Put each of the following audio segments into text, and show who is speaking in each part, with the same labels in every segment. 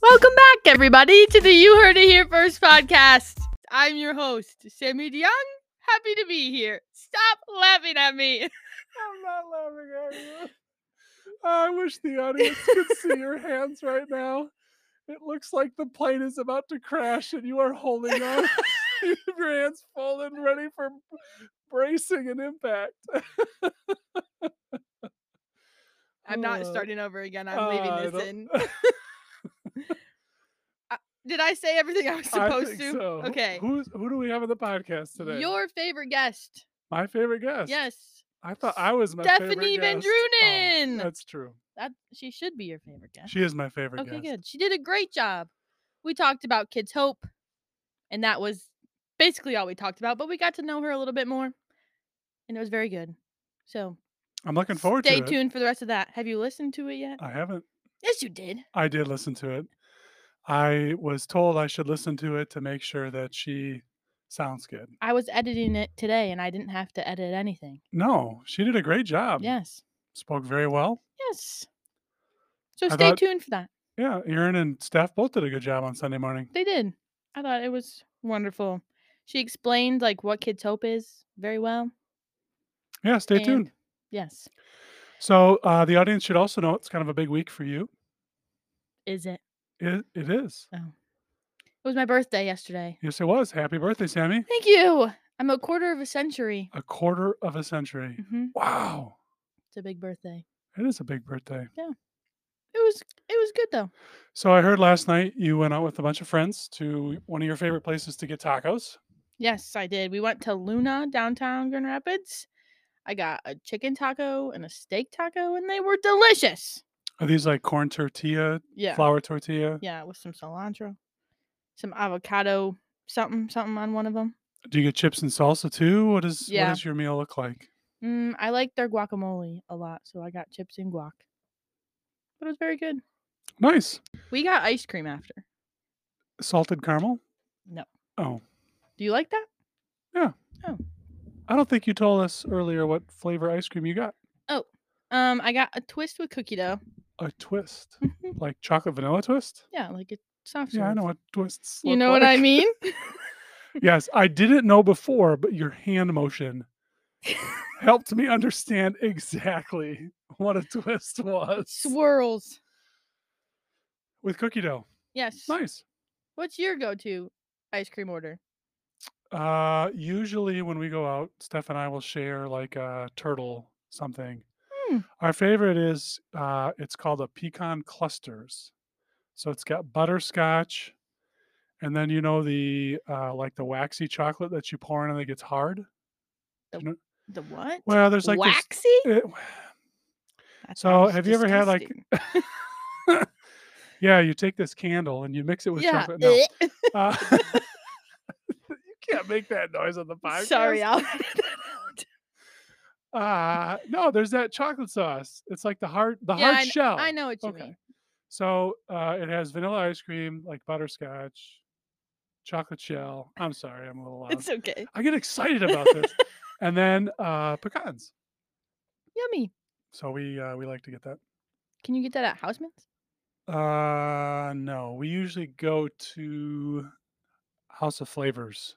Speaker 1: Welcome back, everybody, to the You Heard It Here First podcast. I'm your host, Sammy DeYoung. Happy to be here. Stop laughing at me.
Speaker 2: I'm not laughing at you. I wish the audience could see your hands right now. It looks like the plane is about to crash and you are holding on. You have your hands full and ready for b- bracing an impact.
Speaker 1: I'm not
Speaker 2: Uh,
Speaker 1: starting over again. I'm leaving
Speaker 2: I
Speaker 1: this
Speaker 2: don't-
Speaker 1: in. Uh, Did I say everything I was
Speaker 2: I
Speaker 1: supposed
Speaker 2: think
Speaker 1: to?
Speaker 2: so. Who-
Speaker 1: Okay.
Speaker 2: Who's, who do we have on the podcast today?
Speaker 1: Your favorite guest.
Speaker 2: My favorite guest.
Speaker 1: Yes.
Speaker 2: I thought I was my
Speaker 1: Stephanie
Speaker 2: favorite
Speaker 1: Van
Speaker 2: guest. Oh,
Speaker 1: Drunen.
Speaker 2: that's true.
Speaker 1: That she should be your favorite guest.
Speaker 2: She is my favorite
Speaker 1: okay,
Speaker 2: guest.
Speaker 1: good. She did a great job. We talked about kids' hope, and that was basically all we talked about, but we got to know her a little bit more, and it was very good. So
Speaker 2: I'm looking forward
Speaker 1: stay
Speaker 2: to it. Uh
Speaker 1: tuned for the rest of that. Have you listened to it yet?
Speaker 2: I haven't.
Speaker 1: Yes, you did.
Speaker 2: I did listen to it. I was told I should listen to it to make sure that she sounds good.
Speaker 1: I was editing it today, and I didn't have to edit anything.
Speaker 2: No, she did a great job.
Speaker 1: yes.
Speaker 2: Spoke very well.
Speaker 1: Yes. So
Speaker 2: I
Speaker 1: stay
Speaker 2: thought-
Speaker 1: tuned for that.
Speaker 2: Yeah. Erin and Steph both did a good job on Sunday morning.
Speaker 1: They did. I thought it was wonderful. She explained like what kids' hope is very well.
Speaker 2: Yeah. Stay
Speaker 1: and-
Speaker 2: tuned.
Speaker 1: Yes.
Speaker 2: So uh, the audience should also know it's kind of a big week for you.
Speaker 1: Is it?
Speaker 2: It, it is.
Speaker 1: It was my birthday yesterday.
Speaker 2: Yes, it was. Happy birthday, Sammy.
Speaker 1: Thank you. I'm a quarter of a century.
Speaker 2: A quarter of a century.
Speaker 1: hmm
Speaker 2: Wow.
Speaker 1: It's a big birthday.
Speaker 2: It is a big birthday.
Speaker 1: It was it was good though.
Speaker 2: So I heard last night you went out with a bunch of friends to one of your favorite places to get tacos.
Speaker 1: Yes, I did. We went to Luna downtown Grand Rapids. I got a chicken taco and a steak taco, and they were delicious.
Speaker 2: Are these like corn tortilla,
Speaker 1: Yeah,
Speaker 2: flour tortilla?
Speaker 1: yeah, with some cilantro, some avocado, something, something on one of them.
Speaker 2: Do you get chips and salsa too? What is what
Speaker 1: Yeah.
Speaker 2: does your meal look like?
Speaker 1: Mm, I like their guacamole a lot, so I got chips and guac. But it was very good.
Speaker 2: Nice.
Speaker 1: We got ice cream after.
Speaker 2: Salted caramel?
Speaker 1: No.
Speaker 2: Oh.
Speaker 1: Do you like that?
Speaker 2: I don't think you told us earlier what flavor ice cream you got.
Speaker 1: Um, I got a twist with cookie dough.
Speaker 2: A twist.
Speaker 1: Mhm.
Speaker 2: Like chocolate vanilla twist?
Speaker 1: yeah, like a soft.
Speaker 2: Yeah, I
Speaker 1: serve.
Speaker 2: know what twists.
Speaker 1: You
Speaker 2: look
Speaker 1: know what I
Speaker 2: like.
Speaker 1: mean?
Speaker 2: Yes, I didn't know before, but your hand motion helped me understand exactly what a twist was.
Speaker 1: Swirls.
Speaker 2: With cookie dough.
Speaker 1: Yes.
Speaker 2: Nice.
Speaker 1: What's your go-to ice cream order?
Speaker 2: Uh, usually when we go out, Steph and I will share like a turtle something.
Speaker 1: Hmm.
Speaker 2: Our favorite is uh, it's called a pecan clusters. So it's got butterscotch, and then you know the uh, like the waxy chocolate that you pour in and it gets hard.
Speaker 1: The what?
Speaker 2: Well, there's like this-
Speaker 1: waxy.
Speaker 2: it-
Speaker 1: That
Speaker 2: so
Speaker 1: sounds
Speaker 2: have you ever had, like-
Speaker 1: disgusting.
Speaker 2: yeah, you take this candle and you mix it with
Speaker 1: yeah.
Speaker 2: chocolate. No,
Speaker 1: bleh.
Speaker 2: uh, you can't make that noise on the podcast.
Speaker 1: Sorry, I'll. edit that out.
Speaker 2: Uh, no, there's that chocolate sauce. It's like the hard the
Speaker 1: Yeah,
Speaker 2: hard
Speaker 1: I kn-
Speaker 2: shell.
Speaker 1: I know what you
Speaker 2: Oh, Okay.
Speaker 1: mean.
Speaker 2: So uh, it has vanilla ice cream, like butterscotch, chocolate shell. I'm sorry, I'm a little loud.
Speaker 1: It's okay.
Speaker 2: I get excited about this. and then uh, pecans.
Speaker 1: Yummy.
Speaker 2: So we uh, we like to get that.
Speaker 1: Can you get that at Houseman's?
Speaker 2: Uh, no, we usually go to House of Flavors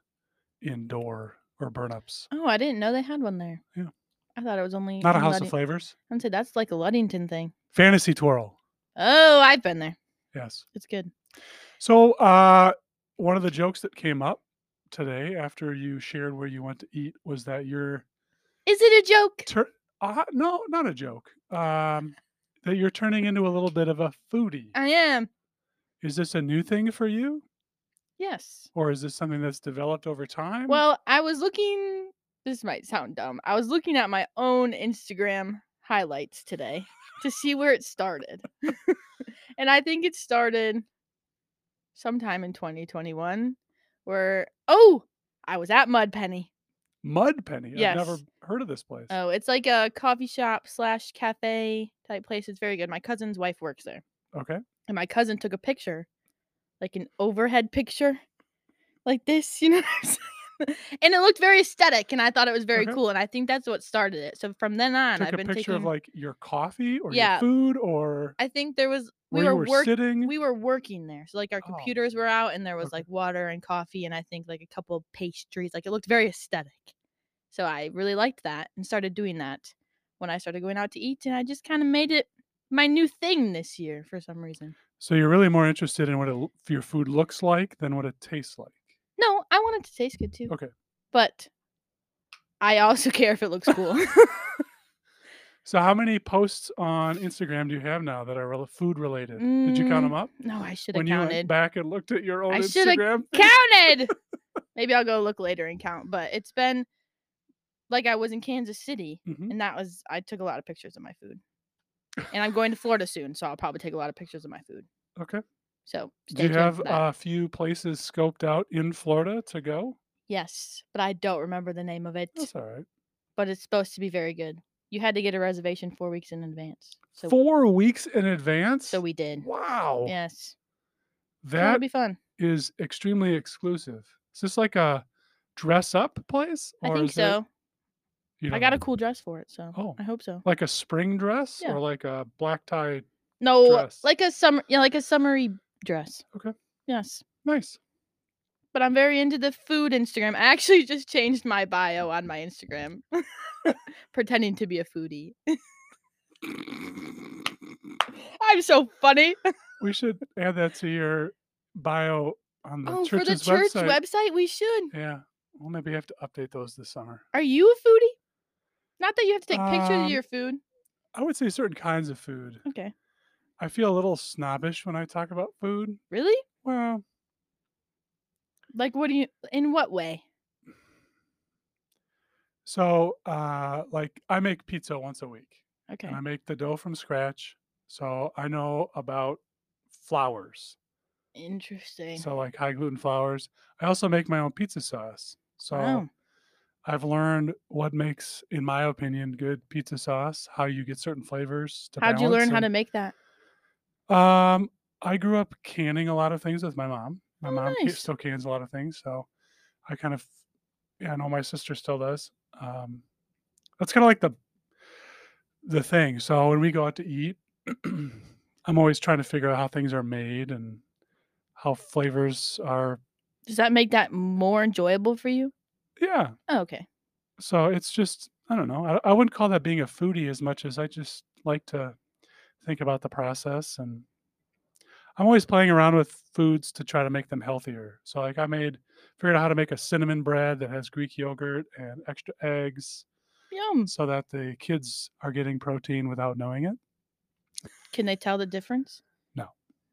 Speaker 2: indoor or burnups.
Speaker 1: Oh, I didn't know they had one there.
Speaker 2: Yeah.
Speaker 1: I thought it was only
Speaker 2: Not a
Speaker 1: in
Speaker 2: House
Speaker 1: Luddi-
Speaker 2: of Flavors.
Speaker 1: I would say that's like a Luddington thing.
Speaker 2: Fantasy Twirl.
Speaker 1: Oh, I've been there.
Speaker 2: Yes.
Speaker 1: It's good.
Speaker 2: So, uh, one of the jokes that came up today after you shared where you went to eat was that your
Speaker 1: Is it a joke?
Speaker 2: tur- uh, no, not a joke. Um, that you're turning into a little bit of a foodie.
Speaker 1: I am.
Speaker 2: Is this a new thing for you,
Speaker 1: Yes.
Speaker 2: or is this something that's developed over time?
Speaker 1: Well, I was looking. This might sound dumb. I was looking at my own Instagram highlights today to see where it started. and I think it started sometime in 2021 where, oh, I was at Mud Penny.
Speaker 2: Mud Penny. I've never
Speaker 1: yes.
Speaker 2: heard of this place.
Speaker 1: Oh, it's like a coffee shop slash cafe type place. It's very good. My cousin's wife works there.
Speaker 2: okay.
Speaker 1: and my cousin took a picture, like an overhead picture, like this. You know what I'm saying? and it looked very aesthetic, and I thought it was very
Speaker 2: Okay.
Speaker 1: cool, and I think that's what started it. So from then on,
Speaker 2: Uh-huh. Took
Speaker 1: I've
Speaker 2: a
Speaker 1: been
Speaker 2: picture
Speaker 1: taking.
Speaker 2: of like your coffee or
Speaker 1: Yeah.
Speaker 2: your food or
Speaker 1: I think there was we
Speaker 2: where
Speaker 1: were,
Speaker 2: you were
Speaker 1: work-
Speaker 2: sitting.
Speaker 1: we were working there, so like our
Speaker 2: Oh.
Speaker 1: computers were out, and there was
Speaker 2: Okay.
Speaker 1: like water and coffee, and I think like a couple of pastries. Like it looked very aesthetic, so I really liked that and started doing that when I started going out to eat, and I just kind of made it my new thing this year for some reason.
Speaker 2: So you're really more interested in what it, l- your food looks like than what it tastes like.
Speaker 1: No, I want it to taste good too.
Speaker 2: Okay.
Speaker 1: But I also care if it looks cool.
Speaker 2: So how many posts on Instagram do you have now that are rel- food related? Did you count them up?
Speaker 1: no, I should have
Speaker 2: When you went
Speaker 1: Mm, counted.
Speaker 2: back and looked at your own
Speaker 1: I shoulda
Speaker 2: Instagram, feed?
Speaker 1: Counted. Maybe I'll go look later and count, but it's been like I was in Kansas City
Speaker 2: Mhm.
Speaker 1: and that was I took a lot of pictures of my food. And I'm going to Florida soon, so I'll probably take a lot of pictures of my food.
Speaker 2: okay.
Speaker 1: So,
Speaker 2: Do
Speaker 1: stay
Speaker 2: you
Speaker 1: tuned
Speaker 2: have
Speaker 1: for
Speaker 2: uh
Speaker 1: that.
Speaker 2: a few places scoped out in Florida to go?
Speaker 1: yes, but I don't remember the name of it,
Speaker 2: That's all right.
Speaker 1: but it's supposed to be very good. You had to get a reservation 4 weeks in advance. So
Speaker 2: Four weeks in advance.
Speaker 1: so we did.
Speaker 2: wow,
Speaker 1: Yes. So It'll
Speaker 2: that
Speaker 1: be fun.
Speaker 2: is extremely exclusive. Is this like a dress up place?
Speaker 1: I think
Speaker 2: is it-
Speaker 1: so.
Speaker 2: you
Speaker 1: I
Speaker 2: don't
Speaker 1: got a
Speaker 2: know.
Speaker 1: cool dress for it, so
Speaker 2: Oh.
Speaker 1: I hope so.
Speaker 2: like a spring dress
Speaker 1: Yeah.
Speaker 2: or like a black tie.
Speaker 1: No,
Speaker 2: dress.
Speaker 1: like a summer, yeah, like a summery dress.
Speaker 2: Okay.
Speaker 1: Yes,
Speaker 2: Nice.
Speaker 1: but I'm very into the food Instagram. I actually just changed my bio on my Instagram, pretending to be a foodie. I'm so funny.
Speaker 2: We should add that to your bio on the
Speaker 1: Oh, for the
Speaker 2: church's
Speaker 1: church
Speaker 2: website.
Speaker 1: website. we should.
Speaker 2: yeah. We'll maybe have to update those this summer.
Speaker 1: Are you a foodie? Not that you have to take pictures of
Speaker 2: Um,
Speaker 1: your food.
Speaker 2: I would say certain kinds of food.
Speaker 1: Okay.
Speaker 2: I feel a little snobbish when I talk about food.
Speaker 1: Really?
Speaker 2: Well,
Speaker 1: Like, what do you? In what way?
Speaker 2: so uh like I make pizza once a week
Speaker 1: Okay.
Speaker 2: and I make the dough from scratch. So I know about flours.
Speaker 1: Interesting.
Speaker 2: So like high gluten flours. I also make my own pizza sauce. So
Speaker 1: wow.
Speaker 2: I've learned what makes, in my opinion, good pizza sauce. How you get certain flavors. To
Speaker 1: How'd you learn
Speaker 2: balance
Speaker 1: how to
Speaker 2: and-
Speaker 1: make that?
Speaker 2: Um, I grew up canning a lot of things with my mom. My
Speaker 1: Oh,
Speaker 2: mom ca-
Speaker 1: nice.
Speaker 2: still cans a lot of things, so I kind of, yeah, I know my sister still does. Um, that's kind of like the the thing. So when we go out to eat, I'm always trying to figure out how things are made and how flavors are.
Speaker 1: Does that make that more enjoyable for you?
Speaker 2: Yeah,
Speaker 1: Oh, okay.
Speaker 2: so it's just i don't know I, I wouldn't call that being a foodie as much as i just like to think about the process and i'm always playing around with foods to try to make them healthier so like i made figured out how to make a cinnamon bread that has greek yogurt and extra eggs
Speaker 1: Yum.
Speaker 2: so that the kids are getting protein without knowing it
Speaker 1: Can they tell the difference?
Speaker 2: No.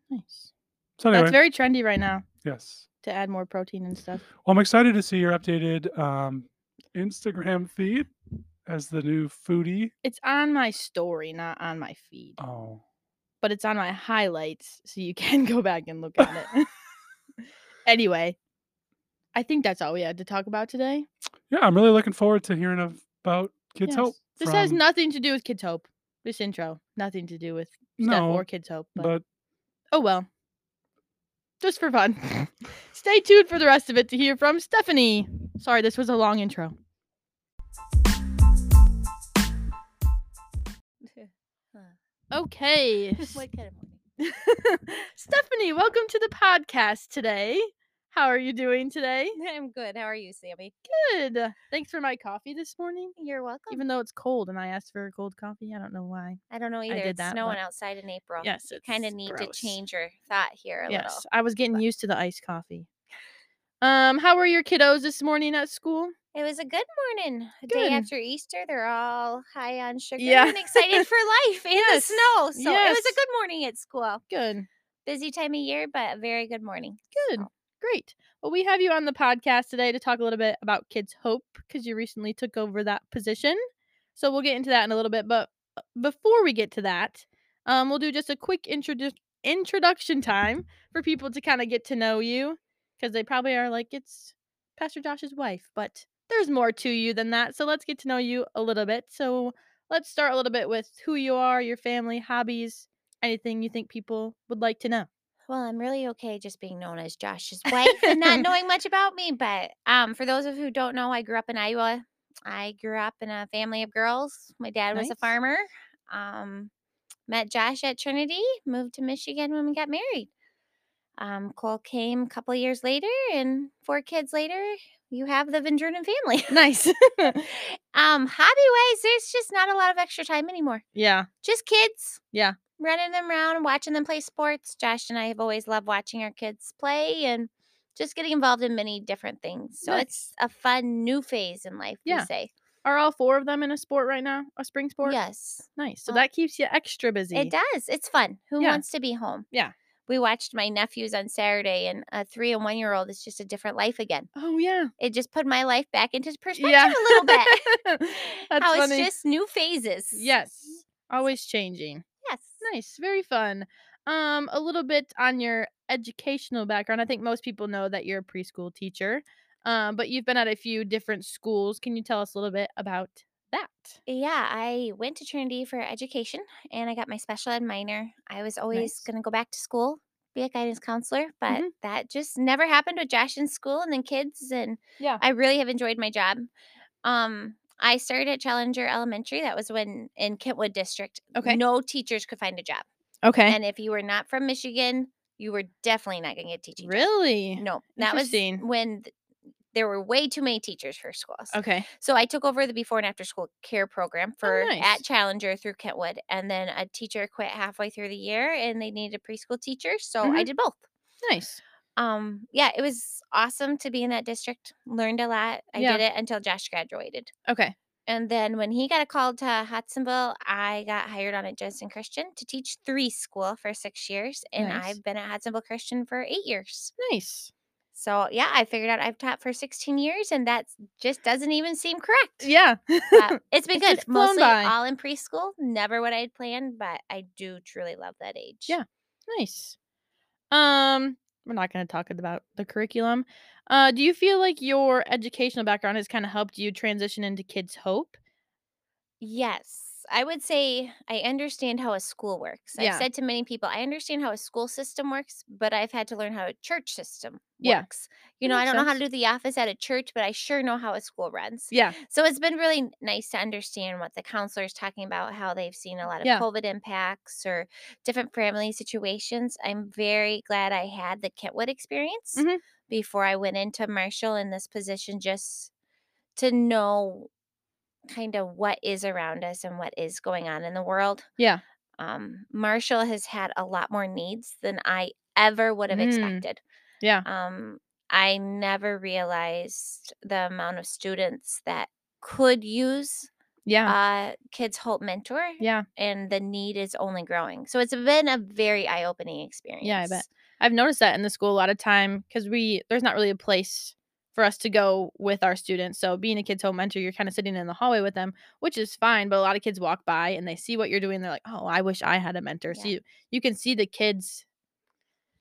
Speaker 1: Nice.
Speaker 2: so anyway
Speaker 1: That's very trendy right now
Speaker 2: yes
Speaker 1: to add more protein and stuff.
Speaker 2: well i'm excited to see your updated um, instagram feed as the new foodie
Speaker 1: It's on my story, not on my feed,
Speaker 2: oh
Speaker 1: but it's on my highlights, so you can go back and look at it. anyway, I think that's all we had to talk about today.
Speaker 2: yeah i'm really looking forward to hearing of- about kids
Speaker 1: Yes.
Speaker 2: hope
Speaker 1: This has
Speaker 2: from-
Speaker 1: nothing to do with Kids Hope. This intro, nothing to do with Steph
Speaker 2: No,
Speaker 1: or Kids Hope. But,
Speaker 2: but
Speaker 1: oh well. Just for fun. Stay tuned for the rest of it to hear from Stephanie. Sorry, this was a long intro. Okay.
Speaker 3: White cat morning.
Speaker 1: Stephanie, welcome to the podcast today. How are you doing today?
Speaker 3: I'm good. How are you, Sammy?
Speaker 1: Good. Thanks for my coffee this morning.
Speaker 3: You're welcome.
Speaker 1: Even though it's cold and I asked for a cold coffee, I don't know why.
Speaker 3: I don't know either.
Speaker 1: did
Speaker 3: It's
Speaker 1: that,
Speaker 3: snowing
Speaker 1: but-
Speaker 3: outside in April.
Speaker 1: Yes,
Speaker 3: you kind
Speaker 1: it's
Speaker 3: of need
Speaker 1: gross.
Speaker 3: to change your thought here a
Speaker 1: yes,
Speaker 3: little.
Speaker 1: I was getting used to the iced coffee. Um, how were your kiddos this morning at school?
Speaker 3: It was a good morning. A day
Speaker 1: Good.
Speaker 3: after Easter, they're all high on sugar
Speaker 1: Yeah.
Speaker 3: and excited for life and
Speaker 1: Yes,
Speaker 3: the snow. So it
Speaker 1: yes.
Speaker 3: was a good morning at school.
Speaker 1: Good.
Speaker 3: Busy time of year, but a very good morning.
Speaker 1: Good.
Speaker 3: So,
Speaker 1: Great. Well, we have you on the podcast today to talk a little bit about Kids Hope because you recently took over that position. So we'll get into that in a little bit. But uh, before we get to that, um, we'll do just a quick introdu- introduction time for people to kind of get to know you because they probably are like, it's Pastor Josh's wife, but there's more to you than that. So let's get to know you a little bit. So let's start a little bit with who you are, your family, hobbies, anything you think people would like to know.
Speaker 3: Well, I'm really okay just being known as Josh's wife and not knowing much about me. But um, for those of who don't know, I grew up in Iowa. I grew up in a family of girls. My dad was a
Speaker 1: Nice.
Speaker 3: farmer. Um, met Josh at Trinity, moved to Michigan when we got married. Um, Cole came a couple years later, and four kids later, you have the Van Jordan family.
Speaker 1: Nice.
Speaker 3: um, hobby wise, there's just not a lot of extra time anymore
Speaker 1: yeah.
Speaker 3: just kids.
Speaker 1: Yeah.
Speaker 3: Running them around, watching them play sports. Josh and I have always loved watching our kids play and just getting involved in many different things. So it's a fun new phase in life,
Speaker 1: Yeah.
Speaker 3: we say.
Speaker 1: Are all four of them in a sport right now? A spring sport?
Speaker 3: Yes.
Speaker 1: Nice. So
Speaker 3: Uh,
Speaker 1: that keeps you extra busy.
Speaker 3: It does. It's fun. Who
Speaker 1: Yeah.
Speaker 3: wants to be home?
Speaker 1: Yeah.
Speaker 3: We watched my nephews on Saturday and a three and one year old is just a different life again.
Speaker 1: Oh yeah.
Speaker 3: It just put my life back into perspective
Speaker 1: Yeah.
Speaker 3: a little bit.
Speaker 1: That's
Speaker 3: How
Speaker 1: funny.
Speaker 3: it's just new phases.
Speaker 1: yes. Always changing.
Speaker 3: Yes.
Speaker 1: Nice, very fun. Um, a little bit on your educational background. I think most people know that you're a preschool teacher, um, but you've been at a few different schools. Can you tell us a little bit about that?
Speaker 3: Yeah, I went to Trinity for education and I got my special ed minor. I was always
Speaker 1: Nice.
Speaker 3: going to go back to school, be a guidance counselor, but
Speaker 1: Mhm.
Speaker 3: that just never happened with Josh in school and then kids. And
Speaker 1: Yeah.
Speaker 3: I really have enjoyed my job. Um, I started at Challenger Elementary. That was when in Kentwood District,
Speaker 1: Okay. Eh.
Speaker 3: no teachers could find a job.
Speaker 1: Okay.
Speaker 3: And if you were not from Michigan, you were definitely not going to get a teaching. job.
Speaker 1: really?
Speaker 3: No, that was
Speaker 1: Interesting.
Speaker 3: when th- there were way too many teachers for schools.
Speaker 1: Okay.
Speaker 3: So I took over the before and after school care program for
Speaker 1: Oh, nice.
Speaker 3: at Challenger through Kentwood, and then a teacher quit halfway through the year, and they needed a preschool teacher, so I
Speaker 1: Mhm.
Speaker 3: did both.
Speaker 1: Nice.
Speaker 3: Um, yeah, it was awesome to be in that district. Learned a lot. I
Speaker 1: Yeah.
Speaker 3: did it until Josh graduated,
Speaker 1: Okay.
Speaker 3: and then when he got a call to Hudsonville, I got hired on at Jensen Christian to teach three school for six years, and
Speaker 1: Nice.
Speaker 3: I've been at Hudsonville Christian for eight years.
Speaker 1: Nice.
Speaker 3: So yeah, I figured out I've taught for 16 years, and that just doesn't even seem correct
Speaker 1: Yeah.
Speaker 3: but Uh, it's been
Speaker 1: It's
Speaker 3: good.
Speaker 1: just flown
Speaker 3: Mostly
Speaker 1: by.
Speaker 3: all in preschool. Never what I had planned, but I do truly love that age.
Speaker 1: Yeah. nice. Um, we're not going to talk about the curriculum. Uh, do you feel like your educational background has kind of helped you transition into Kids Hope?
Speaker 3: Yes. I would say I understand how a school works.
Speaker 1: Yeah.
Speaker 3: I've said to many people, I understand how a school system works, but I've had to learn how a church system
Speaker 1: Yeah.
Speaker 3: works. You
Speaker 1: That
Speaker 3: know, I
Speaker 1: makes
Speaker 3: don't know how to
Speaker 1: sense.
Speaker 3: do the office at a church, but I sure know how a school runs.
Speaker 1: Yeah.
Speaker 3: So it's been really n- nice to understand what the counselor is talking about, how they've seen a lot of
Speaker 1: Yeah.
Speaker 3: COVID impacts or different family situations. I'm very glad I had the Kentwood experience
Speaker 1: Mhm.
Speaker 3: before I went into Marshall in this position just to know kind of what is around us and what is going on in the world.
Speaker 1: Yeah.
Speaker 3: Um, Marshall has had a lot more needs than I ever would have
Speaker 1: Mm.
Speaker 3: expected.
Speaker 1: Yeah.
Speaker 3: Um, I never realized the amount of students that could use
Speaker 1: Yeah.
Speaker 3: uh, Kids Hope Mentor,
Speaker 1: yeah.
Speaker 3: and the need is only growing. So it's been a very eye opening experience.
Speaker 1: Yeah, I bet. I've noticed that in the school a lot of time because we there's not really a place for us to go with our students. So being a kids home mentor, you're kind of sitting in the hallway with them, which is fine. But a lot of kids walk by and they see what you're doing. They're like, "Oh, I wish I had a mentor." So
Speaker 3: Yeah.
Speaker 1: you, you can see the kids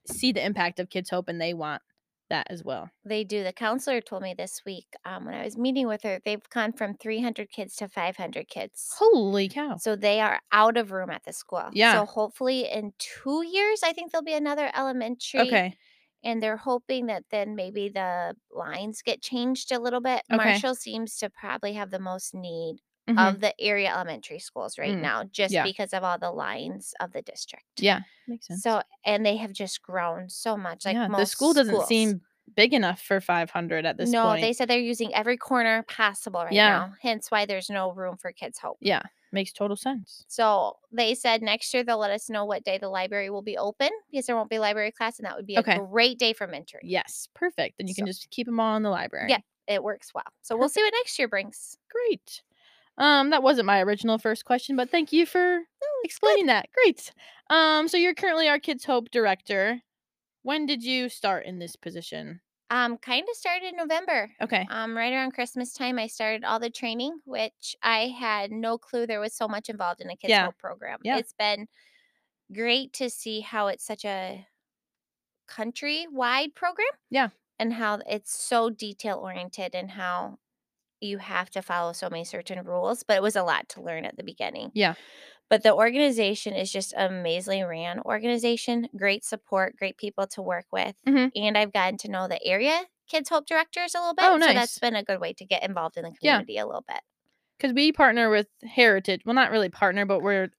Speaker 1: see the impact of Kids Hope, and they want that as well.
Speaker 3: They do. The counselor told me this week um, when I was meeting with her, they've gone from 300 kids to 500 kids.
Speaker 1: Holy cow!
Speaker 3: So they are out of room at the school.
Speaker 1: Yeah.
Speaker 3: So hopefully in two years, I think there'll be another elementary.
Speaker 1: Okay.
Speaker 3: And they're hoping that then maybe the lines get changed a little bit.
Speaker 1: Okay.
Speaker 3: Marshall seems to probably have the most need
Speaker 1: Mhm.
Speaker 3: of the area elementary schools right
Speaker 1: Mm.
Speaker 3: now, just
Speaker 1: Yeah.
Speaker 3: because of all the lines of the district.
Speaker 1: yeah, makes sense.
Speaker 3: So and they have just grown so much. Like
Speaker 1: yeah,
Speaker 3: most
Speaker 1: the school doesn't
Speaker 3: schools.
Speaker 1: seem big enough for 500 at this
Speaker 3: no,
Speaker 1: point.
Speaker 3: they said they're using every corner possible right
Speaker 1: Yeah.
Speaker 3: now. Hence why there's no room for kids' hope.
Speaker 1: yeah, makes total sense.
Speaker 3: So they said next year they'll let us know what day the library will be open because there won't be library class, and that would be a
Speaker 1: Okay.
Speaker 3: great day for mentoring.
Speaker 1: Yes, perfect. Then you
Speaker 3: So-
Speaker 1: can just keep them all in the library.
Speaker 3: It works well. So we'll see what next year brings.
Speaker 1: Great. Um, that wasn't my original first question, but thank you for explaining that. Great. Um, so you're currently our Kids Hope director. When did you start in this position? Uh,
Speaker 3: Um, kind of started in November.
Speaker 1: Okay.
Speaker 3: Um, right around Christmas time, I started all the training, which I had no clue there was so much involved in a kids'
Speaker 1: Yeah.
Speaker 3: hope program.
Speaker 1: Yeah.
Speaker 3: It's been great to see how it's such a country wide program.
Speaker 1: Yeah.
Speaker 3: And how it's so detail oriented and how you have to follow so many certain rules, but it was a lot to learn at the beginning.
Speaker 1: Yeah.
Speaker 3: But the organization is just amazingly ran organization, great support, great people to work with.
Speaker 1: Mhm.
Speaker 3: And I've gotten to know the area kids hope directors a little bit.
Speaker 1: Oh,
Speaker 3: So
Speaker 1: nice.
Speaker 3: that's been a good way to get involved in the
Speaker 1: Yeah.
Speaker 3: community a little bit.
Speaker 1: because we partner with Heritage. Well, not really partner, but we're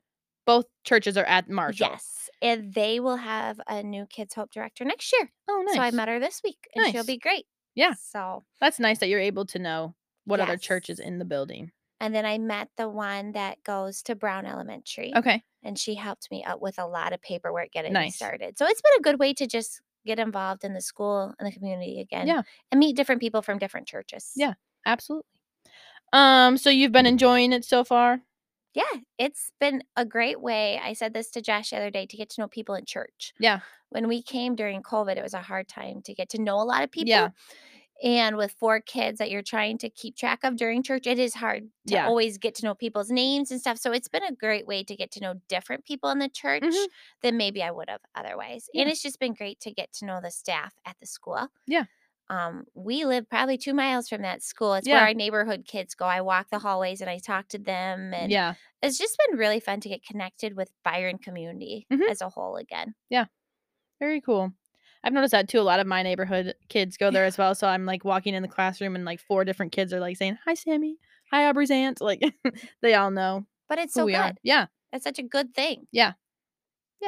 Speaker 1: both churches are at Marshall.
Speaker 3: Yes. And they will have a new Kids Hope director next year.
Speaker 1: Oh, nice.
Speaker 3: So I met her this week and she'll
Speaker 1: Nice.
Speaker 3: be great.
Speaker 1: Yeah.
Speaker 3: So
Speaker 1: That's nice that you're able to know what other
Speaker 3: Yes.
Speaker 1: churches in the building.
Speaker 3: and then I met the one that goes to Brown Elementary.
Speaker 1: Okay.
Speaker 3: And she helped me up with a lot of paperwork getting me
Speaker 1: Nice.
Speaker 3: started. So it's been a good way to just get involved in the school and the community again.
Speaker 1: Yeah.
Speaker 3: And meet different people from different churches.
Speaker 1: Yeah. Absolutely. Um. So you've been enjoying it so far.
Speaker 3: Yeah, it's been a great way. I said this to Josh the other day to get to know people in church.
Speaker 1: Yeah.
Speaker 3: When we came during COVID, it was a hard time to get to know a lot of people.
Speaker 1: Yeah.
Speaker 3: And with four kids that you're trying to keep track of during church, it is hard to
Speaker 1: Yeah.
Speaker 3: always get to know people's names and stuff. So it's been a great way to get to know different people in the church than maybe I would have otherwise. And
Speaker 1: Mm-hmm. Yeah.
Speaker 3: it's just been great to get to know the staff at the school.
Speaker 1: Yeah.
Speaker 3: Um, we live probably two miles from that school. It's
Speaker 1: Yeah.
Speaker 3: where our neighborhood kids go. I walk the hallways and I talk to them and
Speaker 1: Yeah.
Speaker 3: it's just been really fun to get connected with Byron community
Speaker 1: Mhm.
Speaker 3: as a whole again.
Speaker 1: Very cool. I've noticed that too. A lot of my neighborhood kids go there as well. So I'm like walking in the classroom and like four different kids are like saying, "Hi, Sammy. Hi, Aubrey's aunt." Like they all know
Speaker 3: But it's
Speaker 1: who
Speaker 3: so
Speaker 1: we
Speaker 3: good.
Speaker 1: are. Oh, Yeah.
Speaker 3: It's such a good thing.
Speaker 1: Yeah,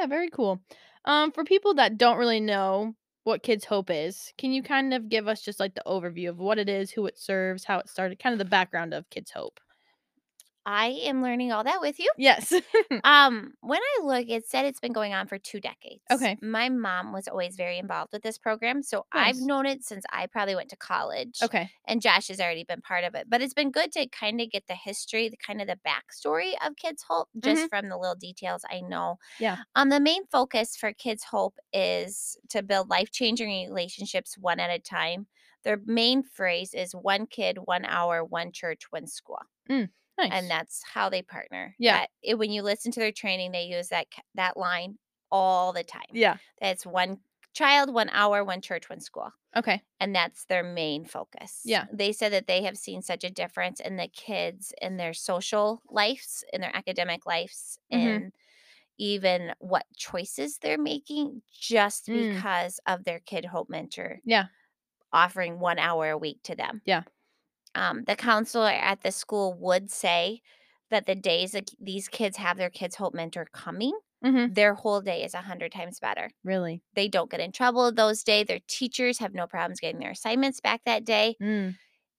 Speaker 1: very cool. Um, for people that don't really know what Kids Hope is, can you kind of give us just like the overview of what it is, who it serves, how it started, kind of the background of Kids Hope?
Speaker 3: I am learning all that with you.
Speaker 1: Yes.
Speaker 3: Um, when I look, it said it's been going on for two decades.
Speaker 1: Okay.
Speaker 3: My mom was always very involved with this program. So I've
Speaker 1: Nice.
Speaker 3: known it since I probably went to college.
Speaker 1: okay.
Speaker 3: And Josh has already been part of it. But it's been good to kind of get the history, the kind of the backstory of Kids Hope, just from the little details I know.
Speaker 1: Mm-hmm. Yeah.
Speaker 3: Um, the main focus for Kids Hope is to build life changing relationships one at a time. Their main phrase is one kid, one hour, one church, one school
Speaker 1: Nice.
Speaker 3: and that's how they partner.
Speaker 1: Yeah.
Speaker 3: That- it- when you listen to their training, they use that ca- that line all the time.
Speaker 1: yeah.
Speaker 3: That's one child, one hour, one church, one school,
Speaker 1: Okay.
Speaker 3: and that's their main focus.
Speaker 1: Yeah.
Speaker 3: They said that they have seen such a difference in the kids in their social lives, in their academic lives,
Speaker 1: Mhm.
Speaker 3: in even what choices they're making just
Speaker 1: Mm.
Speaker 3: because of their kid hope mentor
Speaker 1: Yeah.
Speaker 3: offering one hour a week to them.
Speaker 1: Yeah.
Speaker 3: Um, the counselor at the school would say that the days that k- these kids have their kids' hope mentor coming,
Speaker 1: Mm-hmm.
Speaker 3: their whole day is a 100 times better.
Speaker 1: Really.
Speaker 3: They don't get in trouble those day. Their teachers have no problems getting their assignments back that day.
Speaker 1: Mm.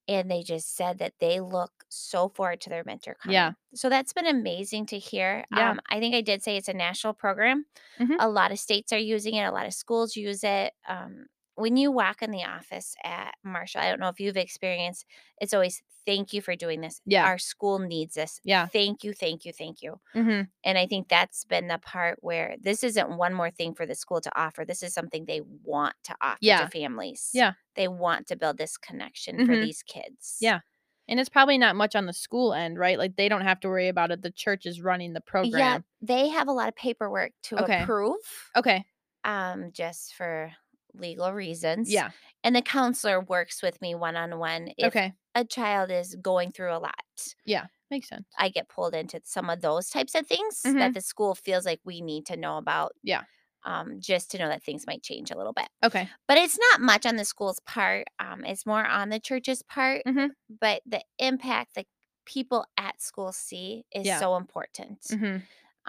Speaker 3: And they just said that they look so forward to their mentor coming.
Speaker 1: Yeah.
Speaker 3: So that's been amazing to hear.
Speaker 1: Yeah.
Speaker 3: Um, I think I did say it's a national program.
Speaker 1: Mhm.
Speaker 3: A lot of states are using it, a lot of schools use it. Um, when you walk in the office at Marshall, I don't know if you've experienced, it's always thank you for doing this.
Speaker 1: Yeah.
Speaker 3: Our school needs this.
Speaker 1: Yeah.
Speaker 3: Thank you, thank you, thank you.
Speaker 1: Mm-hmm.
Speaker 3: And I think that's been the part where this isn't one more thing for the school to offer. This is something they want to offer
Speaker 1: Yeah.
Speaker 3: to families.
Speaker 1: Yeah.
Speaker 3: They want to build this connection for
Speaker 1: Mhm.
Speaker 3: these kids.
Speaker 1: Yeah. And it's probably not much on the school end, right? Like they don't have to worry about it. The church is running the
Speaker 3: Yeah.
Speaker 1: program.
Speaker 3: They have a lot of paperwork to
Speaker 1: Okay.
Speaker 3: approve
Speaker 1: Okay.
Speaker 3: um, just for legal reasons.
Speaker 1: Yeah.
Speaker 3: And the counselor works with me one on one. If
Speaker 1: Okay.
Speaker 3: a child is going through a lot,
Speaker 1: Makes sense.
Speaker 3: I get pulled into some of those types of things that
Speaker 1: Mhm.
Speaker 3: the school feels like we need to know about.
Speaker 1: Yeah.
Speaker 3: Um, just to know that things might change a little bit.
Speaker 1: Okay.
Speaker 3: but it's not much on the school's part um, it's more on the church's part
Speaker 1: Mhm.
Speaker 3: but the impact that people at school see is
Speaker 1: Yeah.
Speaker 3: so important
Speaker 1: Mm-hmm.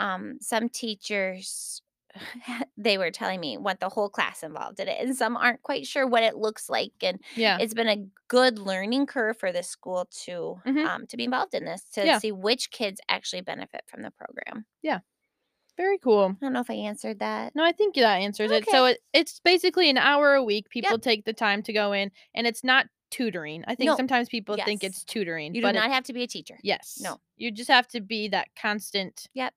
Speaker 3: um, some teachers they were telling me want the whole class involved in it and some aren't quite sure what it looks like and
Speaker 1: Yeah.
Speaker 3: it's been a good learning curve for the school to
Speaker 1: Mhm.
Speaker 3: um, to be involved in this to
Speaker 1: Yeah.
Speaker 3: see which kids actually benefit from the program
Speaker 1: Very cool.
Speaker 3: i don't know if i answered that
Speaker 1: No, I think that answers it. So it, it's basically an hour a week. People take the time to go in, and it's not tutoring. I think
Speaker 3: No.
Speaker 1: sometimes people think
Speaker 3: Yes.
Speaker 1: it's tutoring,
Speaker 3: you do
Speaker 1: but it-
Speaker 3: not have to be a teacher
Speaker 1: yes,
Speaker 3: No.
Speaker 1: you just have to be that constant
Speaker 3: Yep.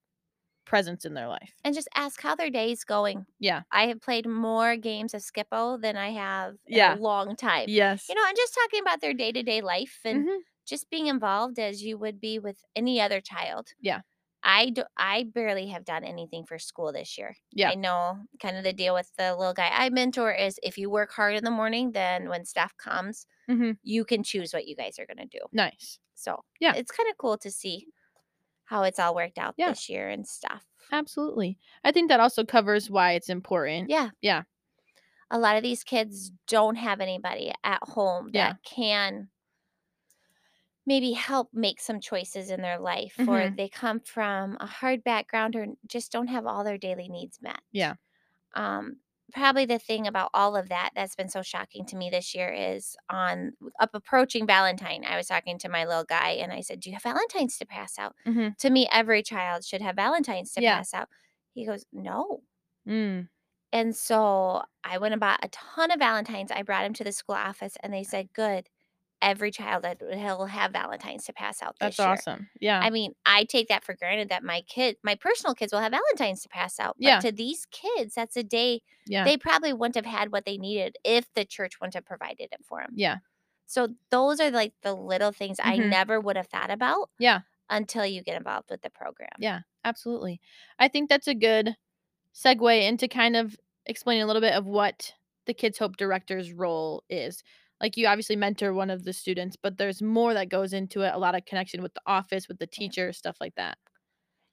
Speaker 1: presence in their life.
Speaker 3: and just ask how their day's going.
Speaker 1: Yeah.
Speaker 3: I have played more games of Skippo than I have in
Speaker 1: Yeah.
Speaker 3: a long time.
Speaker 1: Yes,
Speaker 3: You know, and just talking about their day to day life and
Speaker 1: Mhm.
Speaker 3: just being involved as you would be with any other child.
Speaker 1: Yeah.
Speaker 3: I do, I barely have done anything for school this year.
Speaker 1: Yeah.
Speaker 3: I know kind of the deal with the little guy I mentor is if you work hard in the morning, then when staff comes,
Speaker 1: Mhm.
Speaker 3: you can choose what you guys are going to do.
Speaker 1: Nice.
Speaker 3: So
Speaker 1: Yeah.
Speaker 3: it's kind of cool to see how it's all worked out
Speaker 1: Yeah.
Speaker 3: this year and stuff.
Speaker 1: Absolutely. I think that also covers why it's important.
Speaker 3: Yeah.
Speaker 1: Yeah.
Speaker 3: A lot of these kids don't have anybody at home
Speaker 1: Yeah.
Speaker 3: that can maybe help make some choices in their life, or
Speaker 1: Mhm.
Speaker 3: they come from a hard background or just don't have all their daily needs met.
Speaker 1: Yeah.
Speaker 3: Um, probably the thing about all of that that's been so shocking to me this year is on up approaching Valentine. I was talking to my little guy and I said, Do you have Valentine's to pass out?
Speaker 1: Mhm.
Speaker 3: To me, every child should have Valentine's to
Speaker 1: Yeah.
Speaker 3: pass out. He goes, No.
Speaker 1: Mm.
Speaker 3: And so I went and bought a ton of Valentines. I brought them to the school office and they said, Good. Every child that will have Valentines to pass out
Speaker 1: That's
Speaker 3: this year.
Speaker 1: awesome. Yeah.
Speaker 3: I mean, I take that for granted that my kid, my personal kids will have Valentines to pass out. But
Speaker 1: Yeah.
Speaker 3: to these kids, that's a day
Speaker 1: yeah.
Speaker 3: they probably wouldn't have had what they needed if the church wouldn't have provided it for them.
Speaker 1: yeah.
Speaker 3: So those are like the little things I
Speaker 1: Mhm.
Speaker 3: never would have thought about.
Speaker 1: Yeah.
Speaker 3: Until you get involved with the program.
Speaker 1: Yeah. Absolutely. I think that's a good segue into kind of explaining a little bit of what the Kids Hope Director's role is. Like you obviously mentor one of the students, but there's more that goes into it, a lot of connection with the office, with the teacher, stuff like that.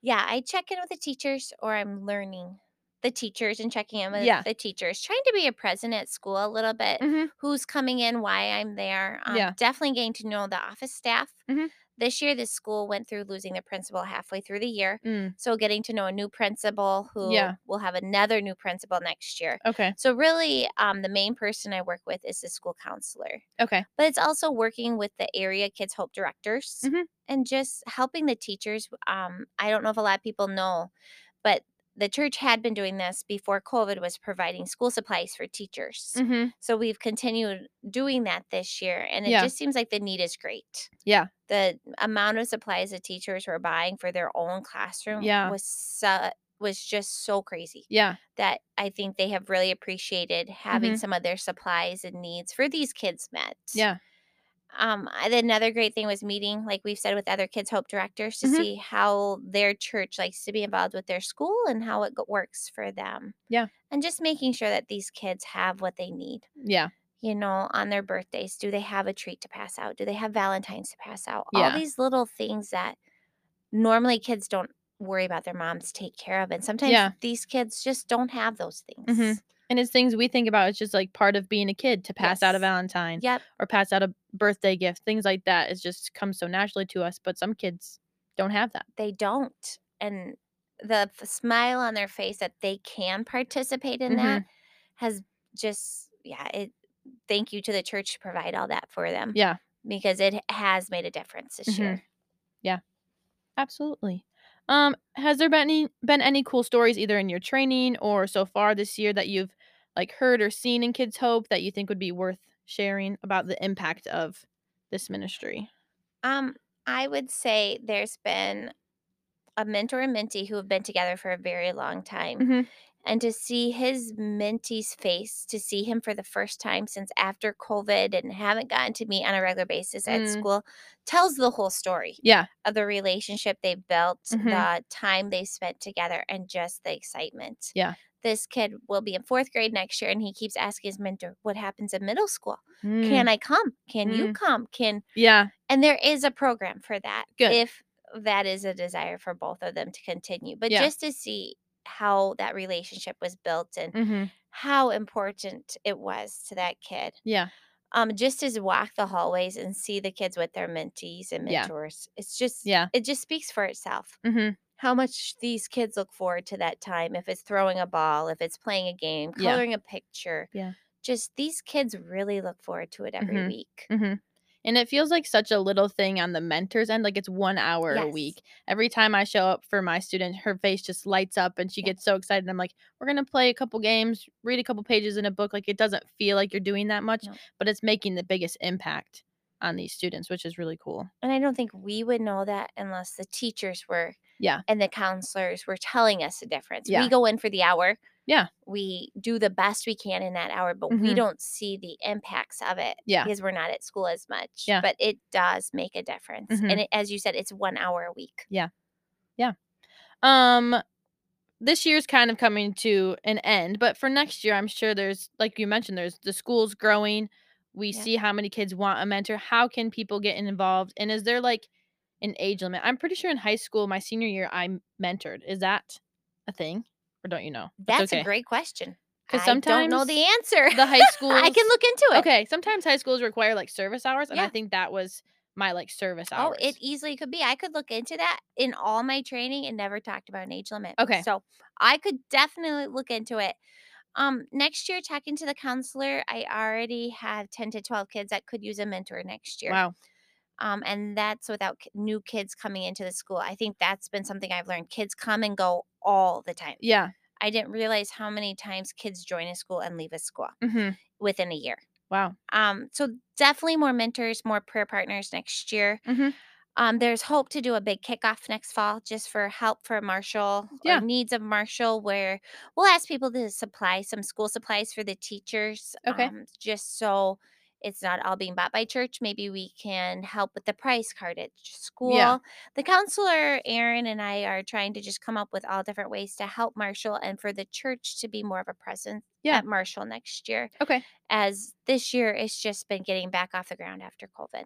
Speaker 3: Yeah, I check in with the teachers or I'm learning the teachers and checking in with
Speaker 1: Yeah.
Speaker 3: the teachers, trying to be a present at school a little bit.
Speaker 1: Mhm.
Speaker 3: Who's coming in, why I'm there. Um,
Speaker 1: Yeah.
Speaker 3: Definitely getting to know the office staff.
Speaker 1: Mhm.
Speaker 3: This year, the school went through losing their principal halfway through the year.
Speaker 1: Mm.
Speaker 3: So, getting to know a new principal who
Speaker 1: Yeah.
Speaker 3: will have another new principal next year.
Speaker 1: Okay.
Speaker 3: So, really, um, the main person I work with is the school counselor
Speaker 1: Okay.
Speaker 3: but it's also working with the area kids hope directors
Speaker 1: Mhm.
Speaker 3: and just helping the teachers um, i don't know if a lot of people know but the church had been doing this before covid was providing school supplies for teachers
Speaker 1: Mm-hmm.
Speaker 3: so we've continued doing that this year and it
Speaker 1: Yeah.
Speaker 3: just seems like the need is great
Speaker 1: Yeah.
Speaker 3: the amount of supplies the teachers were buying for their own classroom
Speaker 1: Yeah.
Speaker 3: was so, was just so crazy
Speaker 1: Yeah.
Speaker 3: that I think they have really appreciated having
Speaker 1: Mhm.
Speaker 3: some of their supplies and needs for these kids met
Speaker 1: Yeah.
Speaker 3: um I- then another great thing was meeting like we've said with other kids hope directors to
Speaker 1: Mhm.
Speaker 3: see how their church likes to be involved with their school and how it go- works for them
Speaker 1: Yeah.
Speaker 3: and just making sure that these kids have what they need
Speaker 1: Yeah.
Speaker 3: you know on their birthdays do they have a treat to pass out do they have valentines to pass out all
Speaker 1: Yeah.
Speaker 3: these little things that normally kids don't worry about their moms take care of and sometimes
Speaker 1: Yeah.
Speaker 3: these kids just don't have those things
Speaker 1: Mhm. And it's things we think about. It's just like part of being a kid to pass out a
Speaker 3: Yes.
Speaker 1: Valentine
Speaker 3: yep
Speaker 1: or pass out a birthday gift, things like that. It just comes so naturally to us. But some kids don't have that.
Speaker 3: they don't and the f- smile on their face that they can participate in
Speaker 1: Mhm.
Speaker 3: that has just yeah it thank you to the church to provide all that for them
Speaker 1: Yeah.
Speaker 3: because it has made a difference this
Speaker 1: Mhm.
Speaker 3: year
Speaker 1: Absolutely. Um, has there been any been any cool stories either in your training or so far this year that you've like heard or seen in Kids Hope that you think would be worth sharing about the impact of this ministry?
Speaker 3: um i would say there's been a mentor and mentee who have been together for a very long time
Speaker 1: Mhm.
Speaker 3: and to see his mentee's face to see him for the first time since after covid and haven't gotten to meet on a regular basis at
Speaker 1: Mm.
Speaker 3: school tells the whole story
Speaker 1: Yeah.
Speaker 3: of the relationship they built,
Speaker 1: Mhm.
Speaker 3: the time they spent together, and just the excitement.
Speaker 1: Yeah.
Speaker 3: This kid will be in fourth grade next year, and he keeps asking his mentor, What happens in middle school?
Speaker 1: Mm.
Speaker 3: Can I come? Can you come? Can
Speaker 1: yeah.
Speaker 3: and there is a program for that
Speaker 1: Good.
Speaker 3: if that is a desire for both of them to continue. But
Speaker 1: Yeah.
Speaker 3: just to see how that relationship was built and
Speaker 1: Mhm.
Speaker 3: how important it was to that kid
Speaker 1: Yeah.
Speaker 3: um just as walk the hallways and see the kids with their mentees and
Speaker 1: Yeah.
Speaker 3: mentors it's just
Speaker 1: Yeah.
Speaker 3: it just speaks for itself
Speaker 1: Mhm.
Speaker 3: how much these kids look forward to that time if it's throwing a ball if it's playing a game
Speaker 1: Yeah.
Speaker 3: coloring a picture
Speaker 1: Yeah.
Speaker 3: just these kids really look forward to it every
Speaker 1: Mhm.
Speaker 3: week
Speaker 1: Mhm. And it feels like such a little thing on the mentor's end. Like it's one hour a
Speaker 3: Yes.
Speaker 1: week. Every time I show up for my student, her face just lights up and she
Speaker 3: Yeah.
Speaker 1: gets so excited. I'm like, we're going to play a couple games, read a couple pages in a book. Like it doesn't feel like you're doing that much,
Speaker 3: No.
Speaker 1: but it's making the biggest impact on these students, which is really cool.
Speaker 3: and i don't think we would know that unless the teachers were
Speaker 1: Yeah.
Speaker 3: and the counselors were telling us the difference
Speaker 1: Yeah.
Speaker 3: we go in for the hour
Speaker 1: Yeah.
Speaker 3: we do the best we can in that hour but we
Speaker 1: Mhm.
Speaker 3: don't see the impacts of it
Speaker 1: Yeah.
Speaker 3: because we're not at school as much
Speaker 1: Yeah.
Speaker 3: but it does make a difference
Speaker 1: Mhm.
Speaker 3: and it, as you said it's one hour a week
Speaker 1: Um, this year's kind of coming to an end, but for next year, I'm sure there's, like you mentioned, there's the schools growing. we
Speaker 3: Yeah.
Speaker 1: see how many kids want a mentor how can people get involved and is there like an age limit i'm pretty sure in high school my senior year i m- mentored is that a thing or don't you know
Speaker 3: That's
Speaker 1: okay.
Speaker 3: a great question.
Speaker 1: 'Cause
Speaker 3: I don't know the answer.
Speaker 1: the high school
Speaker 3: I can look into it.
Speaker 1: okay sometimes high schools require like service hours and i
Speaker 3: Yeah.
Speaker 1: think that was my like service
Speaker 3: Oh,
Speaker 1: hours
Speaker 3: it easily could be. I could look into that in all my training and never talked about an age limit.
Speaker 1: Okay.
Speaker 3: So I could definitely look into it. Um, next year, talking to the counselor, I already have 10 to 12 kids that could use a mentor next year.
Speaker 1: wow
Speaker 3: Um, and that's without ki- new kids coming into the school. I think that's been something I've learned. Kids come and go all the time.
Speaker 1: yeah
Speaker 3: I didn't realize how many times kids join a school and leave a school
Speaker 1: hmm
Speaker 3: within a year.
Speaker 1: wow
Speaker 3: Um, so definitely more mentors, more prayer partners next year.
Speaker 1: Mhm.
Speaker 3: Um, there's hope to do a big kickoff next fall just for help for Marshall
Speaker 1: Yeah.
Speaker 3: or needs of Marshall, where we'll ask people to supply some school supplies for the teachers.
Speaker 1: Okay.
Speaker 3: um, just so it's not all being bought by church. Maybe we can help with the price card at ch- school. The counselor, Aaron, and I are trying to just come up with all different ways to help Marshall and for the church to be more of a presence
Speaker 1: Yeah.
Speaker 3: at Marshall next year
Speaker 1: okay
Speaker 3: as this year it's just been getting back off the ground after COVID.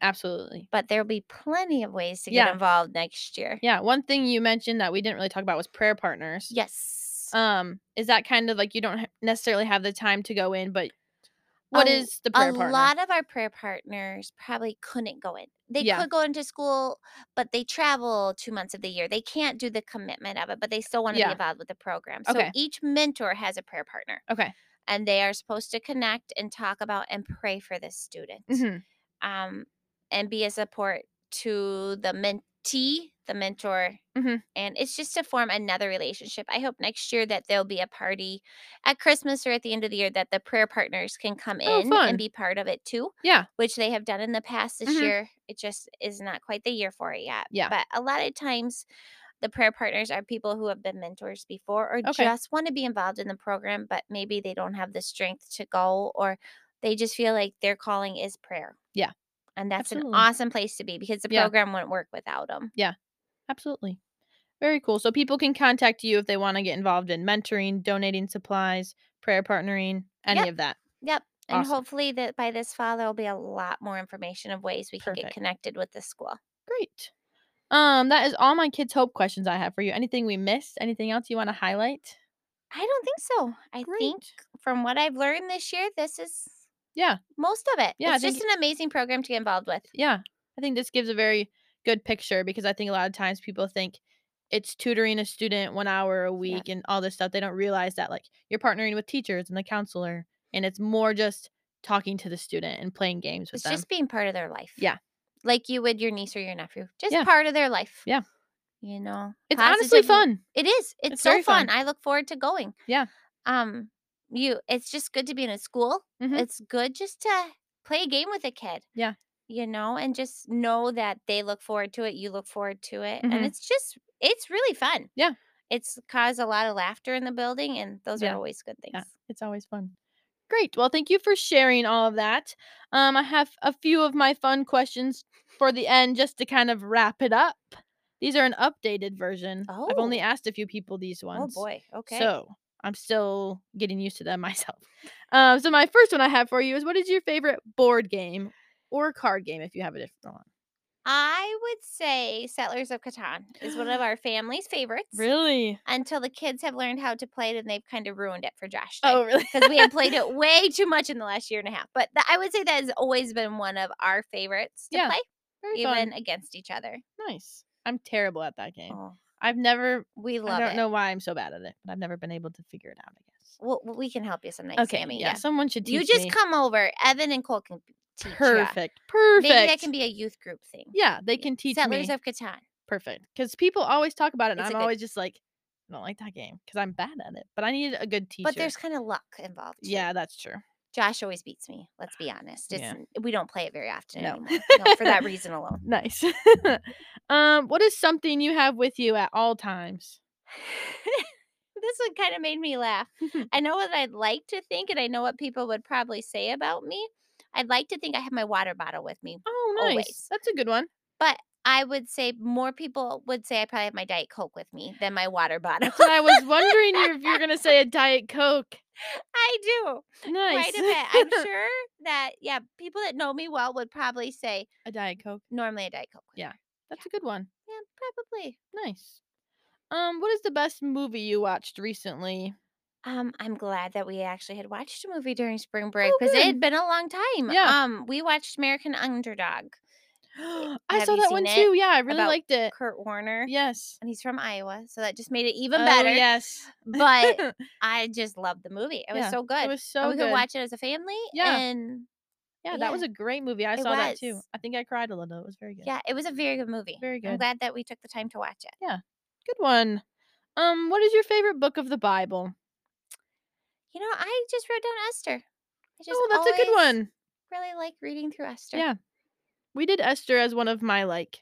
Speaker 1: absolutely
Speaker 3: But there'll be plenty of ways to
Speaker 1: Yeah.
Speaker 3: get involved next year.
Speaker 1: yeah one thing you mentioned that we didn't really talk about was prayer partners
Speaker 3: Yes.
Speaker 1: um is that kind of like you don't ha- necessarily have the time to go in but what
Speaker 3: A-
Speaker 1: is the
Speaker 3: a
Speaker 1: prayer partner
Speaker 3: lot of our prayer partners probably couldn't go in. They
Speaker 1: Yeah.
Speaker 3: could go into school, but they travel two months of the year. They can't do the commitment of it, but they still want to
Speaker 1: Yeah.
Speaker 3: be involved with the program. So
Speaker 1: Okay.
Speaker 3: each mentor has a prayer partner
Speaker 1: okay
Speaker 3: and they are supposed to connect and talk about and pray for this student.
Speaker 1: mhm,
Speaker 3: um, and be a support to the mentee, the mentor.
Speaker 1: Mhm.
Speaker 3: And it's just to form another relationship. I hope next year that there'll be a party at Christmas or at the end of the year that the prayer partners can come
Speaker 1: Oh,
Speaker 3: in
Speaker 1: fun.
Speaker 3: and be part of it too.
Speaker 1: Yeah.
Speaker 3: Which they have done in the past this
Speaker 1: Mhm.
Speaker 3: year. It just is not quite the year for it yet.
Speaker 1: Yeah.
Speaker 3: But a lot of times the prayer partners are people who have been mentors before or
Speaker 1: Okay.
Speaker 3: just want to be involved in the program, but maybe they don't have the strength to go or they just feel like their calling is prayer.
Speaker 1: Yeah.
Speaker 3: And that's
Speaker 1: Absolutely.
Speaker 3: an awesome place to be because the
Speaker 1: Yeah.
Speaker 3: program wouldn't work without them.
Speaker 1: absolutely very cool so people can contact you if they want to get involved in mentoring donating supplies prayer partnering any
Speaker 3: Yep.
Speaker 1: of that
Speaker 3: Yep. And
Speaker 1: Awesome.
Speaker 3: hopefully that by this fall there'll be a lot more information of ways we can get
Speaker 1: Perfect.
Speaker 3: connected with the school.
Speaker 1: great um that is all my kids hope questions i have for you anything we missed anything else you want to highlight
Speaker 3: I don't think so. I think
Speaker 1: Great.
Speaker 3: from what I've learned this year, this is
Speaker 1: Yeah.
Speaker 3: most of it.
Speaker 1: Yeah, I
Speaker 3: it's just
Speaker 1: think-
Speaker 3: an amazing program to get involved with.
Speaker 1: yeah i think this gives a very good picture because i think a lot of times people think it's tutoring a student one hour a week and all this stuff they don't realize that like you're partnering with teachers and the counselor and it's more just talking to the student and playing games with
Speaker 3: It's
Speaker 1: them
Speaker 3: just being part of their life.
Speaker 1: Yeah.
Speaker 3: Like you would your niece or your nephew. Just
Speaker 1: Yeah.
Speaker 3: part of their life.
Speaker 1: Yeah.
Speaker 3: You know.
Speaker 1: it's honestly
Speaker 3: positively-
Speaker 1: fun
Speaker 3: It is. It's,
Speaker 1: It's
Speaker 3: so
Speaker 1: very fun.
Speaker 3: fun. I look forward to going.
Speaker 1: Yeah.
Speaker 3: Um you it's just good to be in a school.
Speaker 1: Mhm.
Speaker 3: It's good just to play a game with a kid.
Speaker 1: Yeah.
Speaker 3: You know, and just know that they look forward to it, you look forward to it.
Speaker 1: Mhm.
Speaker 3: And it's just it's really fun.
Speaker 1: Yeah.
Speaker 3: It's caused a lot of laughter in the building and those
Speaker 1: Yeah.
Speaker 3: are always good things.
Speaker 1: Yeah, it's always fun. Great. Well, thank you for sharing all of that. Um, I have a few of my fun questions for the end just to kind of wrap it up. These are an updated version. I've only
Speaker 3: Oh.
Speaker 1: asked a few people these
Speaker 3: Oh
Speaker 1: ones.
Speaker 3: boy. Okay.
Speaker 1: So I'm still getting used to them myself. Um, so my first one I have for you is what is your favorite board game or card game if you have a different one?
Speaker 3: I would say Settlers of Catan is one of our family's favorites.
Speaker 1: Really?
Speaker 3: Until the kids have learned how to play it and they've kind of ruined it for Josh. and I.
Speaker 1: Oh, really?
Speaker 3: because we had played it way too much in the last year and a half. But th- I would say that has always been one of our favorites to
Speaker 1: Yeah,
Speaker 3: play,
Speaker 1: Very
Speaker 3: even
Speaker 1: fun.
Speaker 3: against each other.
Speaker 1: Nice. I'm terrible at that game.
Speaker 3: Oh,
Speaker 1: I've never.
Speaker 3: we love
Speaker 1: I don't
Speaker 3: it.
Speaker 1: know why I'm so bad at it, but I've never been able to figure it out. I guess.
Speaker 3: Well, well, we can help you sometime,
Speaker 1: Okay,
Speaker 3: Sammy.
Speaker 1: yeah, someone should teach
Speaker 3: You just
Speaker 1: me.
Speaker 3: come over. Evan and Cole can teach ya.
Speaker 1: perfect, perfect.
Speaker 3: Maybe that can be a youth group thing.
Speaker 1: yeah, they can teach
Speaker 3: Settlers
Speaker 1: me.
Speaker 3: of Catan.
Speaker 1: perfect, because people always talk about it, and
Speaker 3: It's a
Speaker 1: I'm
Speaker 3: good-
Speaker 1: always just like, I don't like that game because I'm bad at it. But I need a good teacher.
Speaker 3: But there's kind of luck involved. too.
Speaker 1: yeah, that's true.
Speaker 3: Josh always beats me. Let's be honest. It's,
Speaker 1: Yeah.
Speaker 3: We don't play it very often
Speaker 1: No.
Speaker 3: anymore. No, for that reason alone.
Speaker 1: Nice. um, what is something you have with you at all times?
Speaker 3: this one kind of made me laugh. I know what I'd like to think, and I know what people would probably say about me. I'd like to think I have my water bottle with me.
Speaker 1: Oh, nice.
Speaker 3: Always.
Speaker 1: That's a good one.
Speaker 3: I would say more people would say I probably have my Diet Coke with me than my water bottle.
Speaker 1: That's what I was wondering if you were gonna say a diet coke.
Speaker 3: I do.
Speaker 1: Nice.
Speaker 3: Quite a bit. I'm sure that, yeah, people that know me well would probably say,
Speaker 1: a Diet Coke.
Speaker 3: normally a Diet Coke. with
Speaker 1: Yeah.
Speaker 3: her."
Speaker 1: That's a good one.
Speaker 3: Yeah, probably.
Speaker 1: Nice. Um, what is the best movie you watched recently?
Speaker 3: Um, I'm glad that we actually had watched a movie during spring break
Speaker 1: Oh,
Speaker 3: because it
Speaker 1: good.
Speaker 3: had been a long time.
Speaker 1: Yeah.
Speaker 3: Um, we watched American Underdog,
Speaker 1: I
Speaker 3: Have
Speaker 1: saw
Speaker 3: you
Speaker 1: that one
Speaker 3: seen it?
Speaker 1: too. Yeah, I really
Speaker 3: About
Speaker 1: liked it.
Speaker 3: Kurt Warner.
Speaker 1: Yes.
Speaker 3: And he's from Iowa, so that just made it even
Speaker 1: Oh,
Speaker 3: better.
Speaker 1: yes.
Speaker 3: But
Speaker 1: it
Speaker 3: I just loved the movie. It was
Speaker 1: Yeah,
Speaker 3: so good.
Speaker 1: was
Speaker 3: and
Speaker 1: so
Speaker 3: we
Speaker 1: good.
Speaker 3: could watch it as a family.
Speaker 1: Yeah.
Speaker 3: And
Speaker 1: yeah,
Speaker 3: yeah.
Speaker 1: that was a great movie. I
Speaker 3: It
Speaker 1: saw that too.
Speaker 3: was.
Speaker 1: I think I cried a little. It was very good.
Speaker 3: yeah, it was a very good movie.
Speaker 1: Very
Speaker 3: I'm
Speaker 1: good.
Speaker 3: glad that we took the time to watch it.
Speaker 1: Good one. Um, what is your favorite book of the Bible?
Speaker 3: You know, I just wrote down Esther. I just
Speaker 1: Oh, that's a good
Speaker 3: always
Speaker 1: one.
Speaker 3: Really like reading through Esther.
Speaker 1: Yeah. We did Esther as one of my like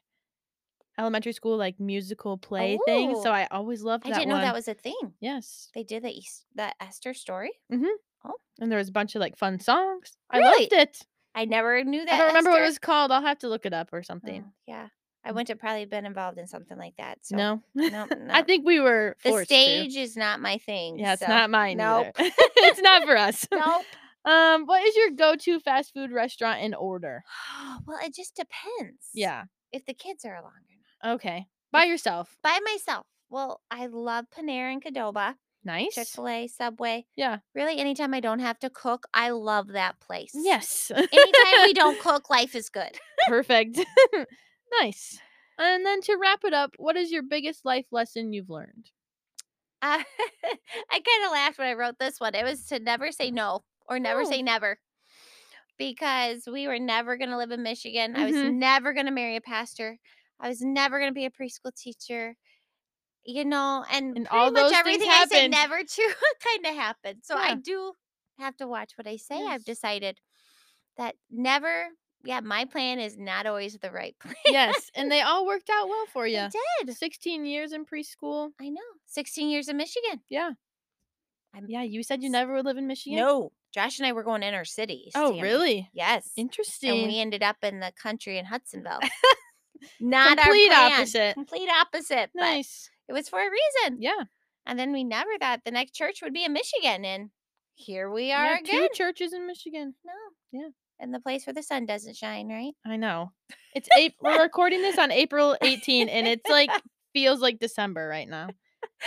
Speaker 1: elementary school like musical play things, so
Speaker 3: Oh.
Speaker 1: I always loved
Speaker 3: I
Speaker 1: that
Speaker 3: didn't
Speaker 1: one.
Speaker 3: know that was a thing.
Speaker 1: yes.
Speaker 3: They did the East, the Esther story.
Speaker 1: And there was a bunch of like fun songs. I
Speaker 3: Really?
Speaker 1: loved it.
Speaker 3: I never knew that.
Speaker 1: I don't remember what it was
Speaker 3: Esther-
Speaker 1: called. I'll have to look it up or something.
Speaker 3: Oh, yeah, I wouldn't have probably been involved in something like that. So
Speaker 1: no.
Speaker 3: no,
Speaker 1: I
Speaker 3: no.
Speaker 1: think we were
Speaker 3: the
Speaker 1: forced to.
Speaker 3: stage is not my thing.
Speaker 1: Yeah, it's
Speaker 3: so
Speaker 1: not mine.
Speaker 3: Nope.
Speaker 1: either. it's not for us.
Speaker 3: nope.
Speaker 1: Um, what is your go-to fast food restaurant in order?
Speaker 3: well, it just depends.
Speaker 1: Yeah.
Speaker 3: If the kids are along or not.
Speaker 1: Okay. By yourself.
Speaker 3: By myself. Well, I love Panera and Cadoba,
Speaker 1: Nice.
Speaker 3: Chick fil A, Subway.
Speaker 1: Yeah.
Speaker 3: Really, anytime I don't have to cook, I love that place.
Speaker 1: Yes.
Speaker 3: Anytime we don't cook, life is good.
Speaker 1: Perfect. nice. And then to wrap it up, what is your biggest life lesson you've learned?
Speaker 3: Uh, I kind of laughed when I wrote this one. It was to never say no or never
Speaker 1: Oh.
Speaker 3: say never because we were never going to live in Michigan. I was
Speaker 1: Mhm.
Speaker 3: never going to marry a pastor. I was never going to be a preschool teacher. You know, and,
Speaker 1: And
Speaker 3: pretty
Speaker 1: all
Speaker 3: much
Speaker 1: those things
Speaker 3: everything I said
Speaker 1: happened.
Speaker 3: never to kind of happened. So I
Speaker 1: Yeah.
Speaker 3: do have to watch what I say.
Speaker 1: Yes.
Speaker 3: I've decided that never, yeah, my plan is not always the right plan.
Speaker 1: yes, and they all worked out well for you.
Speaker 3: It did.
Speaker 1: 16 years in preschool.
Speaker 3: I know. 16 years in Michigan.
Speaker 1: Yeah.
Speaker 3: I'm-
Speaker 1: Yeah, you said you never would live in Michigan?
Speaker 3: No, Josh and I were going inner city.
Speaker 1: Oh,
Speaker 3: Sammy.
Speaker 1: really?
Speaker 3: Yes. And
Speaker 1: Interesting.
Speaker 3: we ended up in the country in Hudsonville. Not
Speaker 1: Complete
Speaker 3: our plan.
Speaker 1: opposite.
Speaker 3: Complete opposite. Nice.
Speaker 1: nice.
Speaker 3: But it was for a reason.
Speaker 1: Yeah.
Speaker 3: And then we never thought the next church would be in Michigan, and here we
Speaker 1: We
Speaker 3: are
Speaker 1: have
Speaker 3: again.
Speaker 1: two churches in Michigan.
Speaker 3: no.
Speaker 1: Yeah.
Speaker 3: And the place where the sun doesn't shine, right?
Speaker 1: I know. It's April. We're recording this on April 18, and it's like feels like December right now.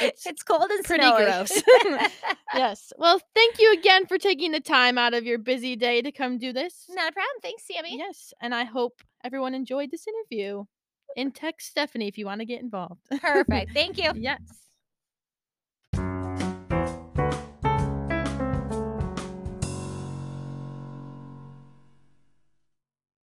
Speaker 1: It's
Speaker 3: It's cold and
Speaker 1: pretty
Speaker 3: snowy.
Speaker 1: gross. yes. Well, thank you again for taking the time out of your busy day to come do this.
Speaker 3: Not a problem. Thanks, Sammy.
Speaker 1: Yes, and I hope everyone enjoyed this interview. And text Stephanie if you want to get involved.
Speaker 3: Perfect. Thank you.
Speaker 1: Yes.